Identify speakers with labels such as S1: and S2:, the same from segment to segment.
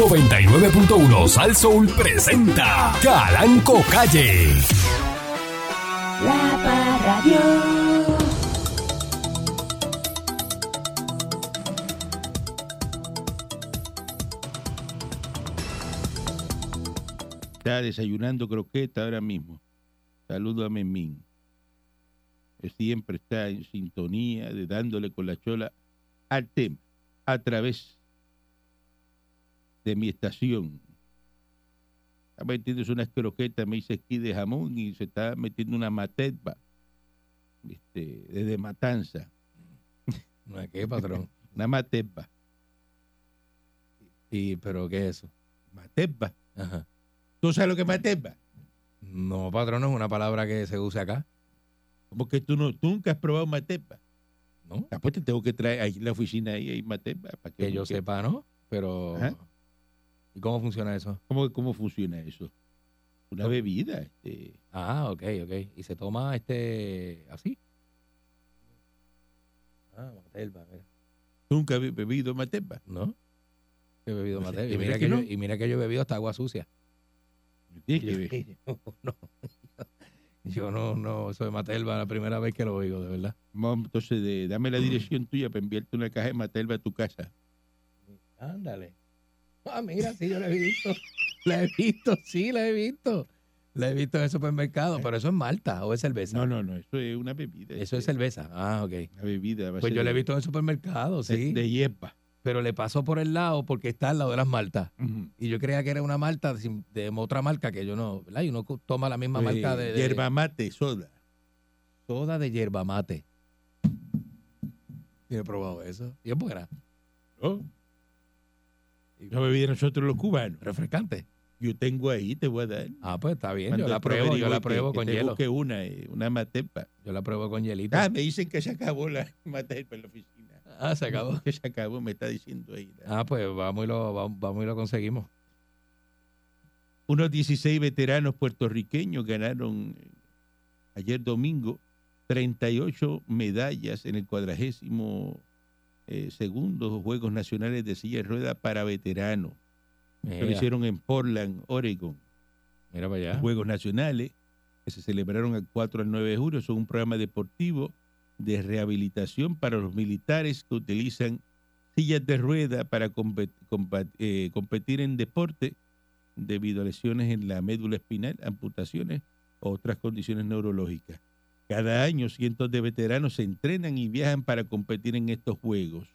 S1: 99.1 Sal Soul presenta Calanco Calle.
S2: La Parradio.
S3: Está desayunando croqueta ahora mismo. Saludo a Memín. que Siempre está en sintonía de dándole con la chola al tema a través de mi estación. Está metiéndose unas croquetas, me dice aquí de jamón y se está metiendo una matetba este, desde Matanza.
S4: ¿Una ¿Qué, patrón?
S3: Una matetba.
S4: ¿Y pero qué es eso?
S3: Matetba.
S4: Ajá.
S3: ¿Tú sabes lo que es matetba?
S4: No, patrón, es una palabra que se usa acá,
S3: Como que tú, no, tú nunca has probado matetba.
S4: ¿no?
S3: Después te tengo que traer ahí en la oficina, ahí hay matetba. Para
S4: Que yo
S3: busques.
S4: sepa, ¿no? Pero...
S3: Ajá.
S4: ¿Y cómo funciona eso?
S3: ¿Cómo, cómo funciona eso? Una bebida. Este,
S4: Ah, ok, ok. ¿Y se toma este... así? Ah, Matelba, mira.
S3: nunca he bebido matetba.
S4: ¿No? Yo he bebido
S3: No sé,
S4: Matelba.
S3: ¿de
S4: Y
S3: verdad
S4: mira,
S3: que
S4: que yo,
S3: no?
S4: y mira que yo he bebido hasta agua sucia.
S3: Tienes que ver.
S4: no, yo no, no soy Matelba la primera vez que lo oigo, de verdad.
S3: Vamos, entonces, de- dame la
S4: Mm.
S3: dirección tuya para enviarte una caja de Matelba a tu casa.
S4: Ándale. Ah, mira, sí, yo la he visto. La he visto, sí, la he visto. La he visto en el supermercado, pero eso es malta o es cerveza.
S3: Eh. No, no, no, eso es una bebida.
S4: Eso es
S3: este,
S4: cerveza. Ah, ok.
S3: Una bebida. a base
S4: Pues yo
S3: de-
S4: la he visto en el supermercado,
S3: de,
S4: sí.
S3: de hierba.
S4: Pero le pasó por el lado porque está al lado de las maltas.
S3: Ujú.
S4: Y yo creía que era una malta sin- de otra marca que yo no, ¿verdad? Y uno co- toma la misma
S3: Pues,
S4: marca de, de
S3: hierba mate, soda.
S4: soda de yerba mate. Yo he probado eso. Y es buena.
S3: ¿no? Una bebida de nosotros los cubanos.
S4: Refrescante.
S3: Yo tengo ahí, te voy a dar.
S4: Ah, pues está bien.
S3: Cuando
S4: Yo la
S3: esto
S4: pruebo, yo
S3: averigüe
S4: la
S3: que-
S4: pruebo
S3: que
S4: con
S3: te
S4: hielo.
S3: busque una, eh, una matepa.
S4: Yo la pruebo con hielito.
S3: Ah, me dicen que se acabó la matepa en la oficina.
S4: Ah, se acabó.
S3: Que se acabó, me está diciendo ahí. la-
S4: Ah, pues vamos y lo, vamos, vamos y lo conseguimos.
S3: Unos 16 veteranos puertorriqueños ganaron eh, ayer domingo 38 medallas en el cuadragésimo eh, segundo Juegos Nacionales de Silla de Rueda para veteranos.
S4: Mira,
S3: Lo hicieron en Portland, Oregon.
S4: mira para allá.
S3: Juegos Nacionales que se celebraron el 4 al 9 de julio. Son un programa deportivo de rehabilitación para los militares que utilizan sillas de rueda para compe- compa- eh, competir en deporte debido a lesiones en la médula espinal, amputaciones o otras condiciones neurológicas. Cada año cientos de veteranos se entrenan y viajan para competir en estos juegos.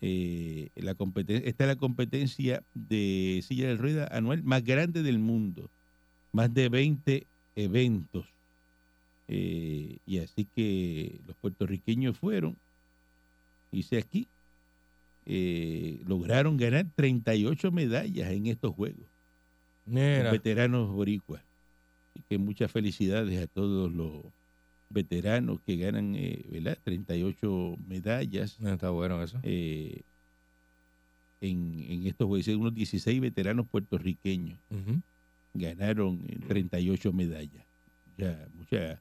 S3: Eh, la competen- esta es la competencia de silla de rueda anual más grande del mundo más de 20 eventos. Eh, y así que los puertorriqueños fueron, hice aquí, eh, lograron ganar 38 medallas en estos juegos, los
S4: Mira.
S3: veteranos boricuas. Así que muchas felicidades a todos los veteranos que ganan eh, ¿verdad? 38 medallas
S4: Está bueno eso.
S3: eh, en, en estos juegos. Dice Unos 16 veteranos puertorriqueños
S4: Ujú.
S3: ganaron
S4: Mm.
S3: eh, 38 medallas. Ya, muchas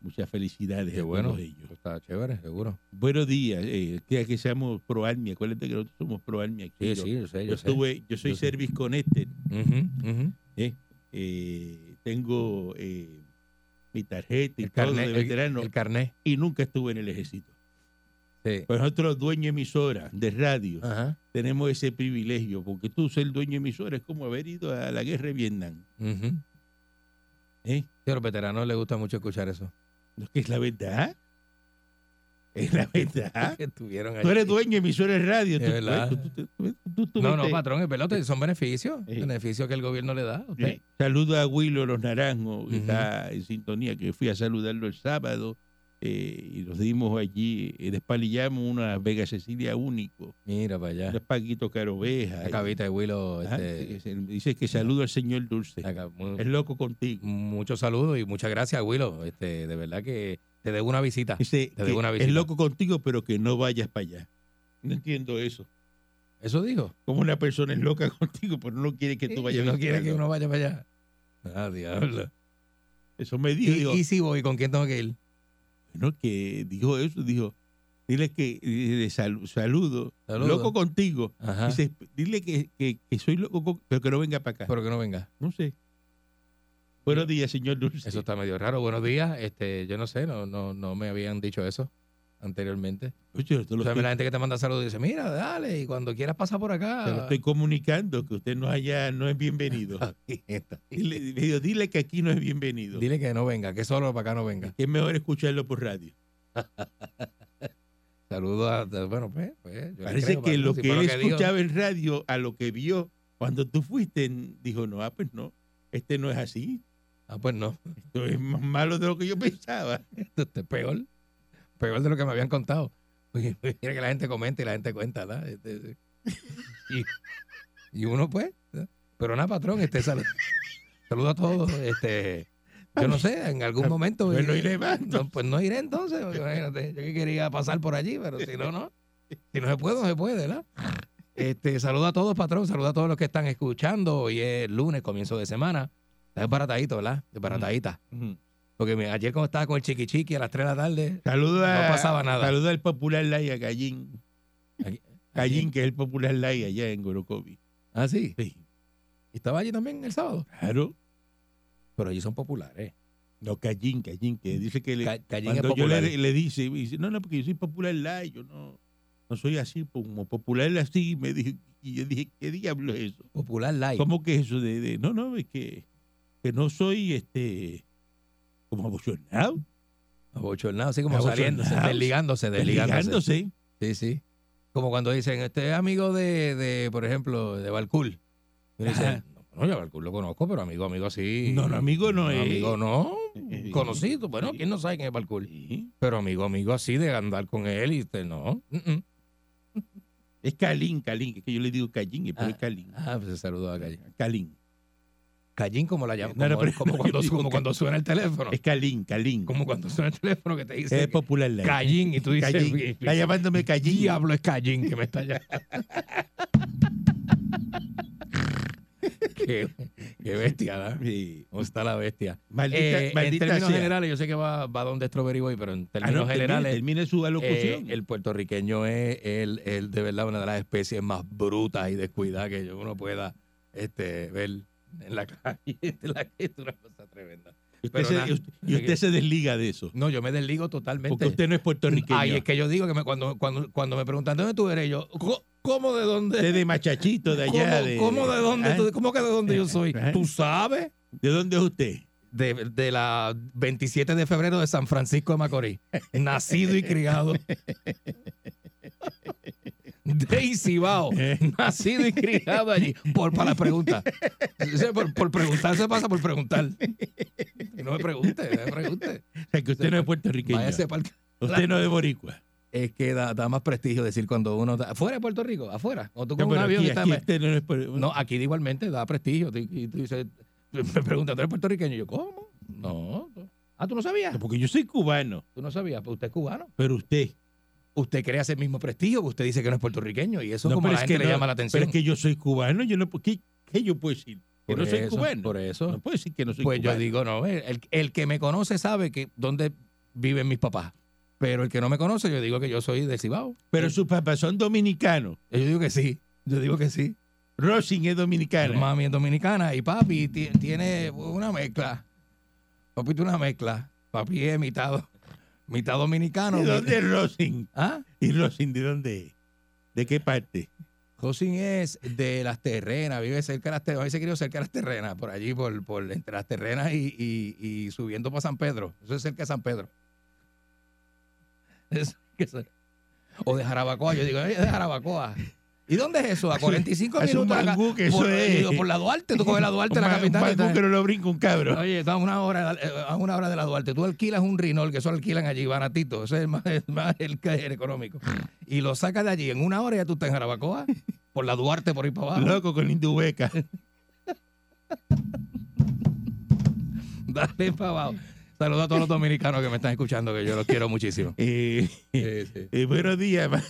S3: muchas felicidades
S4: Qué
S3: a
S4: bueno.
S3: todos ellos.
S4: Está chévere, seguro.
S3: Buenos días, eh, que, que seamos pro Army, acuérdate que nosotros somos pro Army aquí.
S4: Sí,
S3: yo,
S4: sí, yo sé,
S3: yo
S4: yo sé.
S3: estuve, yo soy
S4: Yo sé.
S3: Service Connected,
S4: Ujú, ujú.
S3: eh, eh, tengo eh, mi tarjeta y
S4: El
S3: todo
S4: carnet.
S3: de
S4: El,
S3: veterano
S4: el carnet.
S3: y nunca estuve en el ejército.
S4: Sí.
S3: Pero nosotros, dueño emisora de radio,
S4: Ajá.
S3: tenemos ese privilegio, porque tú ser dueño emisora es como haber ido a la guerra de Vietnam.
S4: Ujú.
S3: ¿eh?
S4: Sí, a los veteranos les gusta mucho escuchar eso.
S3: No, es que es la verdad. Es la verdad.
S4: Que estuvieron
S3: ¿Ah? Tú eres
S4: allí.
S3: dueño de emisora de radio.
S4: Es
S3: Tú, pues,
S4: verdad.
S3: tú- tú- tú- tú- tú
S4: No, no,
S3: tuviste-
S4: patrón, es verdad. ustedes Son beneficios.
S3: Sí.
S4: Beneficios que el gobierno le da a usted.
S3: Eh, Saludo a Willow Los Naranjos, que
S4: Ujú.
S3: está en sintonía, que fui a saludarlo el sábado eh, y nos dimos allí, eh, despalillamos una Vega Cecilia único,
S4: Mira para allá.
S3: unos Paquito Caroveja.
S4: La cabita de Willow.
S3: Ajá,
S4: Ah. Este,
S3: Ah, sí, sí, Dice que saludo al señor Dulce.
S4: acá, muy-
S3: Es loco contigo.
S4: Muchos saludos y muchas gracias, Willow. Este, de verdad que te debo una visita.
S3: Dice
S4: Ah, Te
S3: que
S4: debo una
S3: es
S4: visita.
S3: loco contigo, pero que no vayas para allá. No entiendo eso.
S4: Eso dijo.
S3: como una persona es loca contigo, pero no quiere que tú vayas
S4: Y
S3: a
S4: no quiere que
S3: visitarlo.
S4: uno vaya para allá. Ah, diablo.
S3: Eso me dijo,
S4: ¿Y,
S3: digo,
S4: y si voy? ¿Con quién tengo que ir?
S3: no, que dijo eso, dijo, Dile que eh, de sal- saludo,
S4: Saludo. Ah.
S3: loco contigo.
S4: Ajá.
S3: Dice, dile que, que- que soy loco, con- pero que no venga para acá.
S4: Pero que no venga.
S3: no sé. Buenos días, señor Dulce.
S4: Eso está medio raro. Buenos días. Este, yo no sé, no, no, no me habían dicho eso anteriormente.
S3: Oye, yo te lo
S4: O sea,
S3: estoy-
S4: la gente que te manda saludos dice, mira, dale, y cuando quieras pasa por acá.
S3: te lo estoy comunicando que usted no haya, no es bienvenido. Dile, le digo, dile que aquí no es bienvenido.
S4: Dile que no venga, que solo para acá no venga.
S3: Que es mejor escucharlo por radio.
S4: Saludos a, de- bueno, pues, pues, yo le
S3: Parece
S4: creo,
S3: que
S4: Paco,
S3: lo
S4: si
S3: que
S4: fue
S3: él
S4: dijo.
S3: escuchaba en radio a lo que vio cuando tú fuiste, n- dijo, no, ah, pues no, este no es así.
S4: Ah, pues no,
S3: Esto es más malo de lo que yo pensaba.
S4: esto es peor, peor de lo que me habían contado. Oye, Mira que la gente comenta y la gente cuenta, ¿verdad? Este, y, y uno pues, ¿verdad? pero nada, patrón, este saludo, saludo a todos, este, yo no sé, en algún momento.
S3: Pues no
S4: eh,
S3: iré más,
S4: no, pues no iré entonces, porque imagínate, yo que quería pasar por allí, pero si no, no. Si no se puede, no se puede, ¿verdad? Este, saludo a todos, patrón, saludo a todos los que están escuchando. Hoy es lunes, comienzo de semana. Está desbaratadito, ¿verdad?
S3: Mm.
S4: Desbaratadita. Porque me- ayer como estaba con el chiqui chiqui a las 3 de la tarde,
S3: Saluda,
S4: No pasaba nada.
S3: Saluda al popular Lai a Gallín.
S4: Aquí-
S3: Gallín, que es el popular Lai allá en Gorocovi.
S4: ah, sí,
S3: Sí,
S4: y estaba allí también el sábado.
S3: claro.
S4: Pero allí son populares.
S3: No, Gallín, Gallín, que dice que le,
S4: Ca- Callín es
S3: cuando yo
S4: popular.
S3: le, le dice, me dice, no, no, porque yo soy popular Lai, yo no, no soy así, como popular así, me dijo, y yo dije, ¿qué diablo es eso?
S4: Popular light.
S3: ¿Cómo que eso de, de- no, no, es que, que no soy este como abochornado,
S4: Abochornado, así como
S3: Abochornado.
S4: saliéndose, desligándose, desligándose.
S3: desligándose.
S4: Sí, sí. Como cuando dicen, este es amigo de, de, por ejemplo, de Balcool. Y uno dice,
S3: Ajá.
S4: no, yo a Balcool lo conozco, pero amigo, amigo sí.
S3: No, no, amigo no es.
S4: Amigo no,
S3: Eh,
S4: conocido. Bueno,
S3: sí.
S4: ¿quién no sabe quién es Balcool?
S3: Sí.
S4: Pero amigo, amigo así de andar con él y usted no. Mm, mm.
S3: Es Calín, Calín, es que yo le digo Callín, pero es
S4: Ah.
S3: Calín.
S4: Ah, pues se saludó a Callín.
S3: Calín.
S4: Callín como la llama,
S3: No, no,
S4: como,
S3: pero-
S4: como
S3: no,
S4: cuando,
S3: yo digo
S4: como
S3: que-
S4: cuando suena el teléfono.
S3: Es Calín, Calín.
S4: Como cuando suena el teléfono que te
S3: Es
S4: dice
S3: popular Lai.
S4: Callín y tú dices,
S3: Callín. Está llamándome Callín.
S4: diablo Eh, es Callín que me está llamando. qué, qué bestia, ¿verdad?
S3: Sí.
S4: ¿Cómo está la bestia?
S3: Maldita,
S4: Eh, en
S3: maldita
S4: términos
S3: sea.
S4: generales, yo sé que va, va donde Strawberry Boy, pero en
S3: Ah,
S4: términos
S3: no, termine-
S4: generales,
S3: termine su alocución.
S4: eh, el puertorriqueño es el, el de verdad una de las especies más brutas y descuidadas que yo- uno pueda este, ver en la calle. De la que es una cosa tremenda.
S3: usted
S4: pero
S3: se-
S4: nada.
S3: usted- y usted se desliga de eso.
S4: No, yo me desligo
S3: Porque
S4: totalmente.
S3: usted no es puertorriqueño.
S4: Ay, es que yo digo que me- cuando, cuando, cuando me preguntan de dónde tú eres, yo, "Co- ¿cómo de
S3: Usted es
S4: dónde?
S3: de machachito de allá.
S4: ¿Cómo,
S3: de,
S4: cómo de ¿eh? dónde
S3: Ah,
S4: tú- cómo que de dónde yo soy?
S3: Ajá.
S4: ¿Tú sabes?
S3: ¿De dónde es usted?
S4: De, de la 27 de febrero de San Francisco de Macorís. nacido y criado. De Cibao,
S3: Eh,
S4: nacido y criado allí, por para la pregunta. O sea, Por, por preguntar se pasa por preguntar. Y no me pregunte, no me pregunte.
S3: O sea, que usted no es puertorriqueño.
S4: Váyase pa'l-
S3: Usted no es de boricua.
S4: es que da, da más prestigio decir cuando uno está afuera de Puerto Rico, afuera. O tú
S3: No,
S4: con un
S3: pero
S4: avión
S3: aquí,
S4: estás-
S3: aquí usted no es puer-
S4: No, aquí igualmente da prestigio. Tú- Y tú dices, me preguntan, ¿tú eres puertorriqueño? Y yo, ¿cómo? No. tú- Ah, ¿tú no sabías?
S3: Porque yo soy cubano,
S4: Tú no sabías, pues usted es cubano.
S3: pero usted.
S4: Usted crea ese mismo prestigio que usted dice que no es puertorriqueño y eso
S3: No,
S4: como
S3: pero
S4: la
S3: es
S4: gente
S3: que
S4: le
S3: no,
S4: llama la atención.
S3: Pero es que yo soy cubano, yo no ¿qué, qué yo puedo decir? Que
S4: Por
S3: no soy
S4: eso,
S3: cubano.
S4: Por
S3: No
S4: eso.
S3: puedo decir que no soy
S4: Pues
S3: cubano.
S4: yo digo, no, el, el- el que me conoce sabe que dónde viven mis papás. Pero el que no me conoce, yo digo que yo soy de Cibao.
S3: pero sus papás son dominicanos.
S4: Yo digo que sí. Yo digo que sí.
S3: Rosin es dominicana.
S4: Mami es dominicana y papi ti- tiene una mezcla. Papi tiene una mezcla. Papi es mitad, mitad dominicano.
S3: ¿De
S4: mi-
S3: dónde es Rosin?
S4: ¿Ah?
S3: ¿Y Rosin de dónde es? ¿De qué parte?
S4: Josin es de las terrenas, vive cerca de las terrenas, se crió cerca de las terrenas, por allí, por, por entre las terrenas y, y- y subiendo para San Pedro. Eso es cerca de San Pedro. Eso- que eso- o de Jarabacoa, yo digo, "Ay, es de Jarabacoa. ¿Y dónde es eso? A 45
S3: Hace un
S4: minutos acá,
S3: mangú que eso
S4: por,
S3: es.
S4: digo, por la Duarte, tú coges la Duarte,
S3: Un
S4: la
S3: ma- un
S4: capital. y
S3: mangú
S4: estás-
S3: que no lo brinca un cabro.
S4: Oye, está a una hora, eh, a una hora de la Duarte. Tú alquilas un Rinol, que eso alquilan allí baratito. Ese es el más, el más- el que es el económico. Y lo sacas de allí. En una hora ya tú estás en Jarabacoa. Por la Duarte, por ahí para abajo.
S3: Loco con la indubeca.
S4: Dale para abajo. Saludos a todos los dominicanos que me están escuchando, que yo los quiero muchísimo.
S3: Eh,
S4: Sí, sí.
S3: eh, buenos días, ma-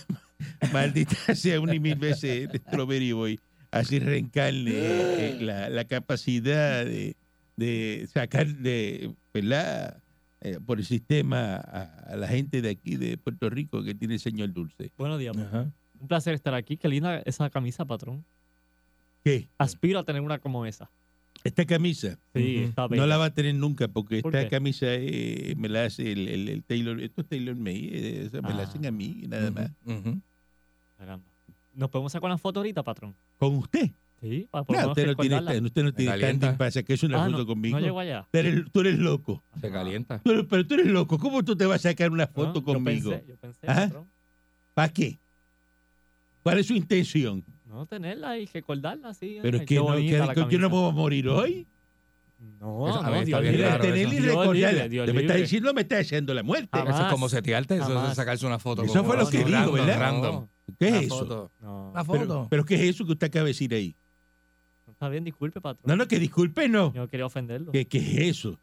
S3: maldita sea una y mil veces el Strawberry Boy. Así reencarne eh, la, la capacidad de, de sacar de, ¿verdad? eh, por el sistema a, a la gente de aquí, de Puerto Rico, que tiene el señor Dulce.
S5: Buenos días. patrón.
S3: Ajá.
S5: Un placer estar aquí. Qué linda esa camisa, patrón.
S3: ¿Qué?
S5: Aspiro a tener una como esa.
S3: Esta camisa
S5: Sí,
S4: Ujú.
S5: está bella.
S3: no la va a tener nunca porque
S5: Ah, ¿Por
S3: esta
S5: qué?
S3: camisa eh, me la hace el, el- el Taylor, esto es Taylor May, eh, o sea, me la
S5: Ah.
S3: hacen a mí nada más.
S4: Ujú.
S5: Caramba. Nos podemos sacar una foto ahorita, patrón.
S3: ¿Con usted?
S5: Sí, para
S3: No, usted no tiene,
S5: recordarla.
S3: tan- usted no tiene
S4: calienta.
S3: tanta infancia que es una
S5: Ah,
S3: foto conmigo.
S5: No llego allá.
S3: Tú eres, tú eres loco.
S4: Se calienta.
S3: Tú eres- pero tú eres loco. ¿Cómo tú te vas a sacar una foto
S5: No,
S3: conmigo?
S5: Ah,
S3: ¿Ah?
S5: Yo pensé, yo pensé,
S3: Ajá.
S5: patrón.
S3: ¿Para qué? ¿Cuál es su intención?
S5: No tenerla y recordarla así.
S3: Pero
S5: ay,
S3: es que,
S5: qué
S3: no,
S5: bonita la
S3: que- que yo no
S5: camisa.
S3: puedo morir hoy.
S5: No,
S4: Eso- a
S5: no,
S4: ver, está
S5: Dios libre.
S4: bien
S3: Mira,
S4: raro eso.
S3: tenerla y
S5: Dios libre,
S3: recordarla.
S5: Dios
S3: Te me está
S5: libre.
S3: diciendo, me está deseando la muerte.
S5: Ah,
S4: Eso es
S5: Jamás.
S4: como setearte, eso es
S5: Jamás.
S4: sacarse una foto.
S3: Eso
S4: como-
S3: fue lo que
S4: no,
S3: dijo,
S4: random,
S3: ¿verdad?
S4: Random.
S3: ¿Qué es
S4: Una
S3: eso?
S4: foto.
S5: No,
S4: Una
S3: Pero,
S4: foto.
S3: pero ¿qué es eso que usted acaba de decir ahí?
S5: está bien, disculpe, patrón.
S3: No, no, que disculpe, no.
S5: Yo no quería ofenderlo.
S3: ¿Qué, qué es eso?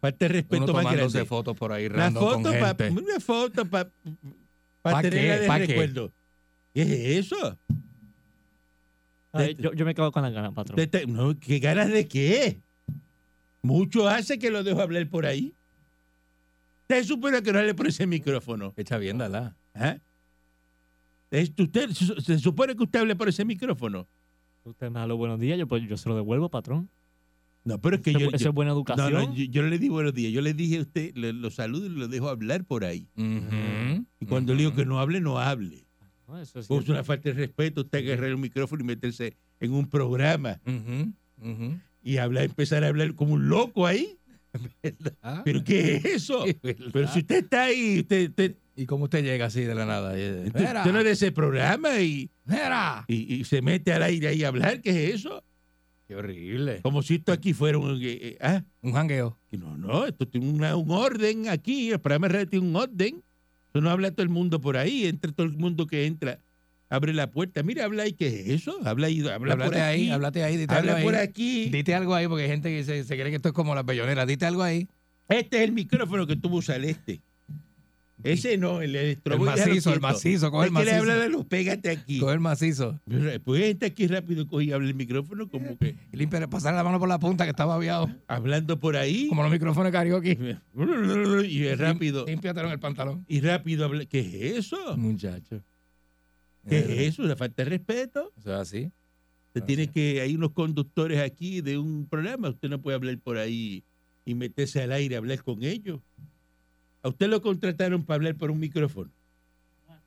S3: Falta de
S4: Uno
S3: respeto más
S4: tomándose
S3: grande.
S4: fotos por ahí
S3: Una
S4: random
S3: foto,
S4: con
S3: pa-
S4: gente.
S3: una foto para
S4: ¿Pa qué?
S3: tenerla de
S4: ¿Pa qué?
S3: recuerdo. ¿Qué es eso?
S5: Ay, yo, yo me quedo con las ganas, patrón.
S3: Te- te- no, ¿Qué ganas de qué? Mucho hace que lo dejo hablar por ahí. Te supone que no le por ese micrófono.
S4: Echa bien, dala.
S3: ¿ah? Es- usted, se, se supone que usted hable por ese micrófono.
S5: Usted me da los buenos días, yo, pues, yo se lo devuelvo, patrón.
S3: No, pero es que
S5: Eso,
S3: yo,
S5: eso
S3: yo-
S5: es buena
S3: no,
S5: educación.
S3: no, yo, yo no le di buenos días. Yo le dije a usted, lo, lo saludo y lo dejo hablar por ahí.
S4: Ujú.
S3: Y cuando le digo que no hable, no hable.
S5: No, eso es
S3: Es
S5: cierto.
S3: una falta de respeto usted agarrar un micrófono y meterse en un programa
S4: Ujú, ujú.
S3: y hablar, empezar a hablar como un loco ahí.
S4: Ah,
S3: ¿Pero qué es eso?
S4: es verdad.
S3: Pero si usted está ahí, usted, usted,
S4: ¿Y cómo usted llega así de la nada? Eh,
S3: usted-
S4: Mira,
S3: usted no es de ese programa y,
S4: mira.
S3: y- y se mete al aire ahí a hablar, ¿qué es eso?
S4: Qué horrible.
S3: Como si esto aquí fuera un... eh, eh, ah,
S4: Un jangueo.
S3: que no, no, esto tiene una- un orden aquí, el programa de radio tiene un orden. Eso no habla todo el mundo por ahí, entra todo el mundo que entra, abre la puerta. Mira, habla ahí, ¿qué es eso? Habla ahí, habla por
S4: Háblate ahí,
S3: aquí.
S4: háblate ahí, dite algo
S3: habla por
S4: ahí.
S3: aquí.
S4: Dite algo ahí, porque hay gente que se, se cree que esto es como las belloneras. Dite algo ahí.
S3: Este es el micrófono que tuvo usar este. Ese no, el
S4: El
S3: electroboy. déjalo
S4: macizo, el
S3: quieto.
S4: macizo, coge el
S3: Es que le
S4: macizo.
S3: habla a la luz, pégate aquí.
S4: Coge el macizo.
S3: Mira, Pues gente aquí rápido coge y habla el micrófono como que
S4: Y limpia, pasarle la mano por la punta que está babiado.
S3: hablando por ahí.
S4: Como los micrófonos de karaoke.
S3: Y es rápido.
S4: Límpiatelo en el pantalón.
S3: Y rápido habla. ¿Qué es eso?
S4: Muchacho.
S3: ¿Qué es eso? Una falta de respeto.
S4: Eso es así.
S3: Usted
S4: Ah,
S3: tiene
S4: sí.
S3: que, hay unos conductores aquí de un programa. Usted no puede hablar por ahí y meterse al aire a hablar con ellos. A usted lo contrataron para hablar por un micrófono.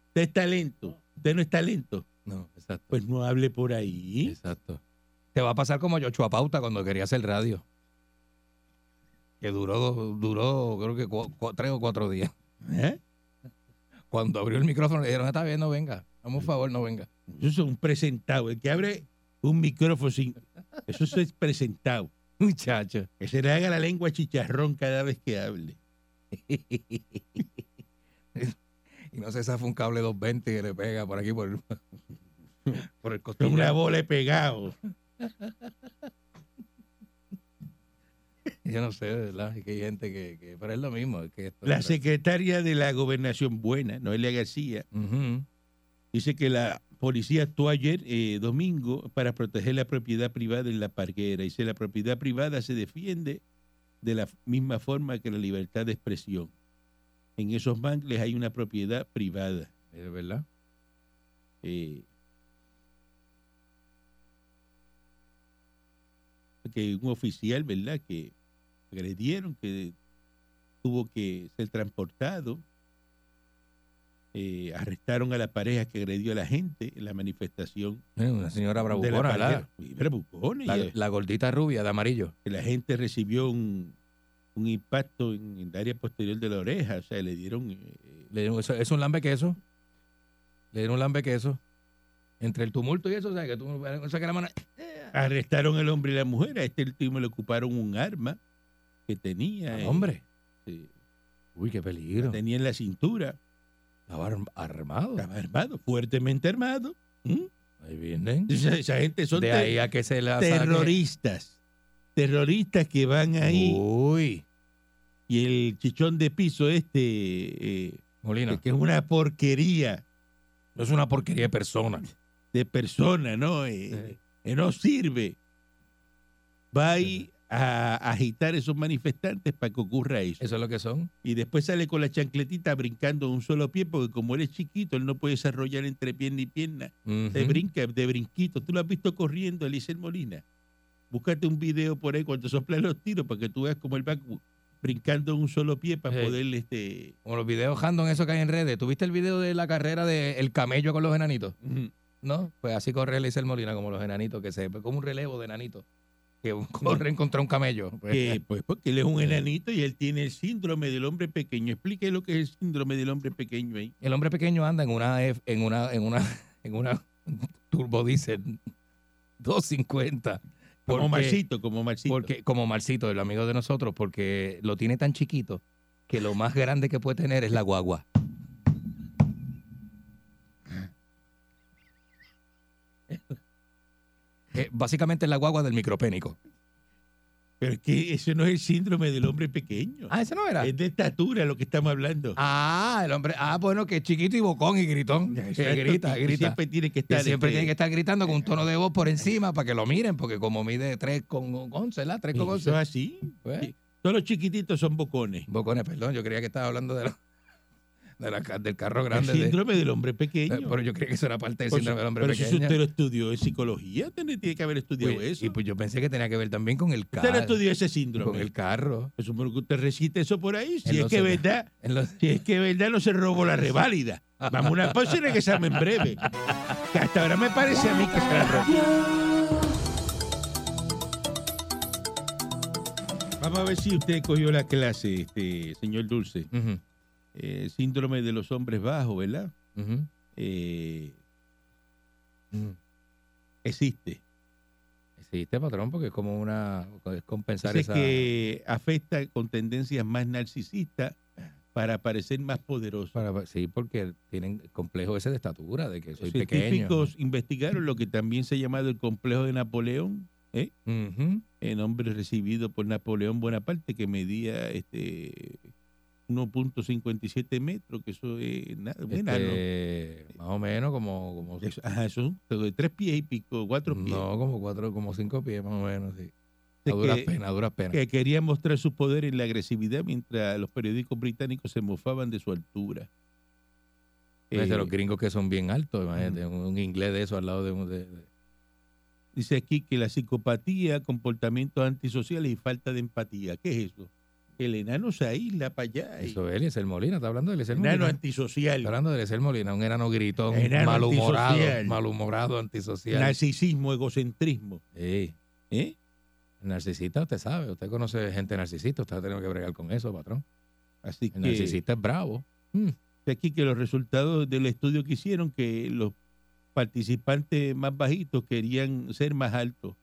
S3: Usted es talento. Usted no es talento.
S4: No, exacto.
S3: Pues no hable por ahí.
S4: Exacto. Te va a pasar como Yochua Pauta cuando quería hacer radio. Que duró, duró creo que cua- cua- tres o cuatro días.
S3: ¿Eh?
S4: Cuando abrió el micrófono le dijeron, "Ah, está bien, no venga. Vamos, favor, no venga.
S3: Eso es un presentado. El que abre un micrófono sin. Eso es presentado.
S4: Muchacho.
S3: Que se le haga la lengua chicharrón cada vez que hable.
S4: Y no se zafa un cable 220 que le pega por aquí, por el, por el
S3: Con una
S4: costillar.
S3: bola de pegado.
S4: Yo no sé, de ¿verdad? Es que hay gente que, que- Pero es lo mismo. es que esto-
S3: La secretaria de la gobernación buena, Noelia García,
S4: Ujú.
S3: dice que la policía actuó ayer eh, domingo para proteger la propiedad privada en la parguera. Dice la propiedad privada se defiende de la misma forma que la libertad de expresión. En esos mangles hay una propiedad privada.
S4: Es verdad.
S3: eh, que un oficial, ¿verdad? Que agredieron, que tuvo que ser transportado. Eh, arrestaron a la pareja que agredió a la gente en la manifestación
S4: Eh, Una señora
S3: de la
S4: bravucona, ¿verdad?
S3: parguera. Sí, bravucona,
S4: La,
S3: y, eh,
S4: la gordita rubia de amarillo.
S3: que la gente recibió un, un impacto en, en el área posterior de la oreja, o sea, le dieron... eh,
S4: Le dieron- eso- ¿Es un lambe queso? Le dieron un lambe queso. Entre el tumulto y eso, o sea, que tú saca la mano.
S3: arrestaron al hombre y la mujer, a este último le ocuparon un arma que tenía.
S4: Al
S3: eh,
S4: hombre.
S3: sí.
S4: Uy, qué peligro.
S3: tenía en la cintura,
S4: Estaba arm- armado.
S3: estaba armado, fuertemente armado. ¿m?
S4: Ahí vienen.
S3: Esa, esa gente son
S4: De
S3: te-
S4: ahí a que se la saque.
S3: terroristas. Terroristas que van ahí.
S4: Oh. Uy,
S3: Y el chichón de piso este, eh,
S4: Molina.
S3: que es una porquería
S4: Es una porquería de persona.
S3: eh, de persona, ¿no? Eh, que no sirve. Va ahí a agitar esos manifestantes para que ocurra eso.
S4: Eso es lo que son.
S3: Y después sale con la chancletita brincando de un solo pie, porque como él es chiquito, él no puede desarrollar entre pierna y pierna. Se
S4: Ujú.
S3: brinca de brinquito. Tú lo has visto corriendo, Eliezer Molina. Búscate un video por ahí cuando soplan los tiros para que tú veas cómo él va cu- brincando en un solo pie para
S4: Sí.
S3: poder este,
S4: Como los videos random esos que hay en redes. ¿Tuviste el video de la carrera del el camello con los enanitos?
S3: ujú,
S4: ¿No? Pues así corre Eliezer Molina como los enanitos, que se como un relevo de enanitos. Que corren contra un camello. Pues, eh.
S3: que, pues porque él es un
S4: Sí.
S3: enanito y él tiene el síndrome del hombre pequeño. Explique lo que es el síndrome del hombre pequeño ahí.
S4: El hombre pequeño anda en una F- en una en una en una turbodiesel 250
S3: Como
S4: Porque-
S3: Marcito, como Marcito.
S4: porque como Marcito, el amigo de nosotros, porque lo tiene tan chiquito que lo más grande que puede tener es la guagua. Eh, básicamente es la guagua del micropénico.
S3: Pero es que ese no es el síndrome del hombre pequeño.
S4: Ah, ese no era.
S3: Es de estatura lo que estamos hablando.
S4: Ah, el hombre. Ah, bueno, que es chiquito y bocón y gritón.
S3: Ya,
S4: Que
S3: exacto,
S4: grita,
S3: que- que
S4: grita.
S3: Siempre tiene que
S4: Que
S3: estar.
S4: siempre
S3: este,
S4: tiene que estar gritando con un tono de voz por encima para que lo miren, porque como mide 3 con 11, ¿verdad? 3 con
S3: eso es
S4: 11.
S3: así. Todos los chiquititos son bocones.
S4: Bocones, perdón, yo creía que estaba hablando de la- de la ca- del carro grande.
S3: el
S4: de-
S3: síndrome del hombre
S4: eh,
S3: pequeño.
S4: pero yo creía que eso era parte del
S3: Por
S4: síndrome
S3: su-
S4: del hombre
S3: pero si
S4: pequeño.
S3: usted lo estudió en psicología, tiene, tiene que haber estudiado
S4: Pues,
S3: eso.
S4: Y pues yo pensé que tenía que ver también con el
S3: usted no
S4: carro.
S3: estudió ese
S4: Con
S3: síndrome.
S4: el carro.
S3: Pues, supongo que usted recite eso por ahí. Si
S4: Él
S3: es
S4: no
S3: que
S4: se-
S3: verdad,
S4: En los-
S3: si es que verdad no se robó la reválida. Vamos a una pausa y regresamos en breve. Que hasta ahora me parece a mí que se la robó. Vamos a ver si usted cogió la clase, este señor Dulce.
S4: Ujú,
S3: Eh, síndrome de los hombres bajos, ¿verdad?
S4: ujú,
S3: Eh,
S4: ujú.
S3: existe.
S4: Existe, patrón, porque es como una. Es compensar
S3: Dice
S4: esa.
S3: que afecta con tendencias más narcisistas para parecer más poderoso.
S4: para- sí, porque tienen el complejo ese de estatura, de que soy pequeño.
S3: Científicos investigaron lo que también se ha llamado el complejo de Napoleón, ¿eh?
S4: Ujú.
S3: el nombre recibido por Napoleón Bonaparte, que medía este 1.57 metros, que eso es nada, un enano.
S4: Este, más o menos como, como
S3: Eso, ajá, eso es un- de tres pies y pico, cuatro pies.
S4: no como cuatro como cinco pies más o menos sí a
S3: Dice
S4: duras
S3: que-
S4: penas a duras penas
S3: que quería mostrar su poder en la agresividad mientras los periódicos británicos se mofaban de su altura.
S4: Imagínate
S3: Eh,
S4: los gringos que son bien altos imagínate un, un inglés de eso al lado de un de, de-
S3: Dice aquí que la psicopatía, comportamientos antisociales y falta de empatía. ¿Qué es eso? El enano se aísla para allá. y-
S4: eso es Eliezer Molina está hablando de Eliezer
S3: enano
S4: Molina
S3: antisocial.
S4: está hablando de Eliezer Molina un enano gritón
S3: Enano
S4: malhumorado
S3: antisocial.
S4: malhumorado antisocial
S3: Narcisismo, egocentrismo.
S4: Sí.
S3: ¿eh?
S4: narcisista usted sabe usted conoce gente narcisista usted ha tenido que bregar con eso patrón
S3: Así que
S4: el narcisista es bravo
S3: dice aquí que los resultados del estudio que hicieron, que los participantes más bajitos querían ser más altos.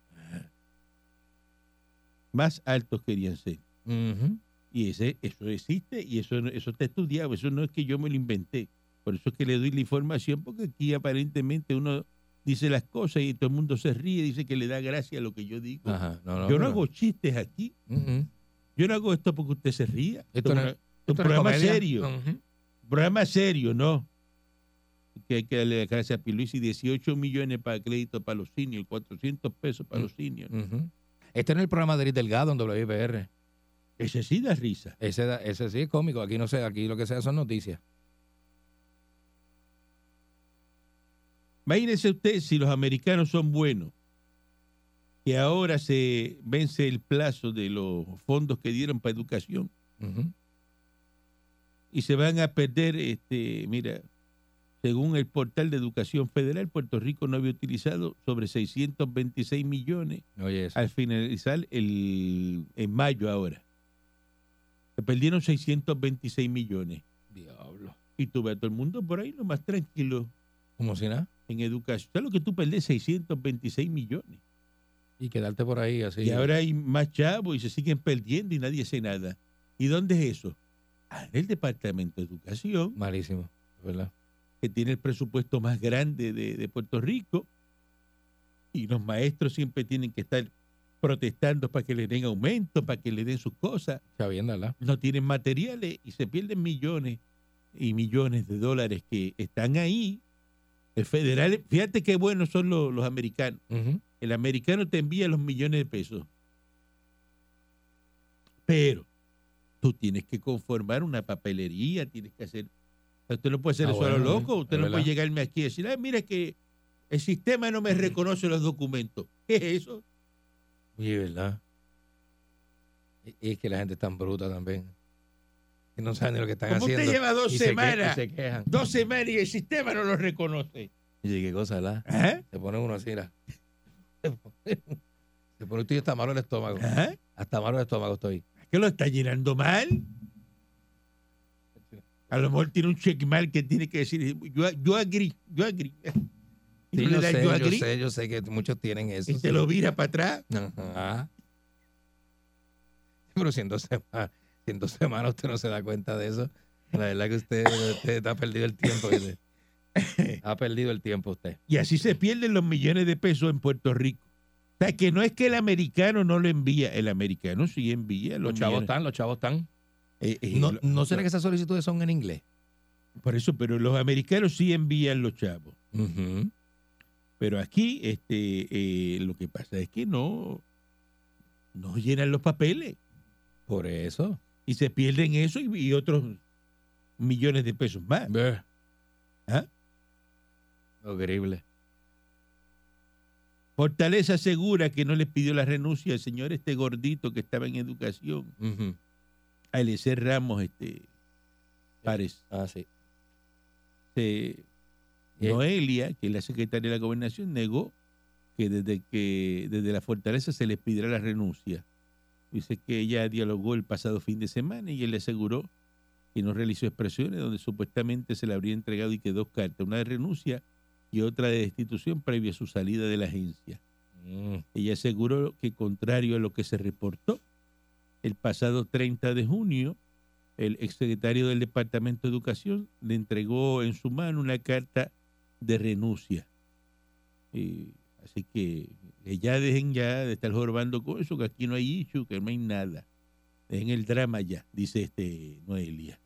S3: Más altos querían ser.
S4: Ujú.
S3: Y ese, eso existe y eso, no- eso está estudiado, eso no es que yo me lo inventé. Por eso es que le doy la información, porque aquí aparentemente uno dice las cosas y todo el mundo se ríe, dice que le da gracia a lo que yo digo.
S4: Ajá. No, no,
S3: yo no
S4: pero-
S3: hago chistes aquí,
S4: Ujú.
S3: yo no hago esto porque usted se ría.
S4: Esto no
S3: es
S4: es-
S3: una- un
S4: Esto es
S3: programa
S4: comedia.
S3: serio,
S4: Ujú.
S3: un programa serio, ¿no? Que hay que darle las gracias a Piluisi, 18 millones para crédito para los seniors, 400 pesos
S4: Mm.
S3: para los seniors.
S4: Ujú. Este no es el programa de Eric Delgado en WIPR.
S3: Ese sí da risa.
S4: Ese, da- ese sí es cómico. Aquí no sé, aquí lo que sea son noticias.
S3: Imagínese usted si los americanos son buenos, que ahora se vence el plazo de los fondos que dieron para educación
S4: Ujú.
S3: y se van a perder, este, mira, según el portal de Educación Federal, Puerto Rico no había utilizado sobre 626 millones
S4: Oye, eso.
S3: al finalizar el en mayo ahora. Se perdieron 626 millones
S4: Diablo.
S3: y tuve a todo el mundo por ahí lo más tranquilo
S4: Como si nada.
S3: en educación. ¿Sabes lo que tú perdés? 626 millones.
S4: Y quedarte por ahí así.
S3: Y ahora hay más chavos y se siguen perdiendo y nadie hace nada. ¿Y dónde es eso? Ah, En el Departamento de Educación,
S4: Malísimo, ¿verdad?
S3: que tiene el presupuesto más grande de, de Puerto Rico, y los maestros siempre tienen que estar protestando para que le den aumento, para que le den sus cosas.
S4: Chaviéndala.
S3: No tienen materiales y se pierden millones y millones de dólares que están ahí. El federal, fíjate qué buenos son los- los americanos.
S4: Ujú.
S3: El americano te envía los millones de pesos. Pero tú tienes que conformar una papelería, tienes que hacer. o sea, Usted no puede hacer
S4: Ah,
S3: eso a lo
S4: bueno,
S3: loco,
S4: sí,
S3: usted
S4: es
S3: no puede
S4: verdad. Mm.
S3: llegarme aquí y decir, "Ay, mira que el sistema no me reconoce los documentos. ¿Qué es eso?
S4: Oye, ¿verdad? Y, y es que la gente es tan bruta también. Que no saben ni lo que están
S3: Como usted
S4: haciendo.
S3: lleva dos
S4: y se que-
S3: semanas.
S4: y Se, quejan.
S3: Dos semanas y el sistema no los reconoce.
S4: Oye, qué cosa, ¿verdad?
S3: ¿Ah?
S4: Se pone uno así, mira. Se pone- Se pone usted está malo el estómago.
S3: ¿Ah?
S4: Hasta malo el estómago estoy.
S3: ¿Que lo está llenando mal? A lo mejor tiene un check mal que tiene que decir, yo, yo agri, yo agri. Y
S4: Sí,
S3: no le
S4: yo,
S3: da
S4: sé,
S3: yo
S4: yo,
S3: agri
S4: sé, yo sé que muchos tienen eso.
S3: y
S4: sí.
S3: te lo vira para atrás.
S4: Ajá. Ah. Pero si en dos semanas, si en dos semanas usted no se da cuenta de eso, la verdad que usted, usted ha perdido el tiempo. ¿viste? Ha perdido el tiempo usted.
S3: Y así se pierden los millones de pesos en Puerto Rico. O sea, que no es que el americano no lo envía, el americano sí envía los,
S4: Los chavos
S3: millones.
S4: están, los chavos están.
S3: Eh, eh,
S4: No,
S3: lo-
S4: no será que esas solicitudes son en inglés.
S3: Por eso, pero los americanos sí envían los chavos.
S4: Ujú.
S3: Pero aquí este, eh, lo que pasa es que no, no llenan los papeles
S4: Por eso.
S3: y se pierden eso y, y otros millones de pesos más. ¿Ah?
S4: Horrible.
S3: Fortaleza asegura que no les pidió la renuncia al señor este gordito que estaba en educación,
S4: Ujú.
S3: a Eliezer Ramos este, Párez.
S4: Ah, sí.
S3: este,
S4: Eh.
S3: Noelia, que es la secretaria de la gobernación, negó que desde que desde la fortaleza se les pidiera la renuncia. Dice que ella dialogó el pasado fin de semana y él le aseguró que no realizó expresiones donde supuestamente se le habría entregado y que dos cartas, una de renuncia y otra de destitución previa a su salida de la agencia.
S4: Mm.
S3: Ella aseguró que, contrario a lo que se reportó, el pasado 30 de junio, el exsecretario del Departamento de Educación le entregó en su mano una carta de renuncia. Eh, así que eh, ya dejen ya de estar jorobando con eso, que aquí no hay issue, que no hay nada. Dejen el drama ya, dice este Noelia.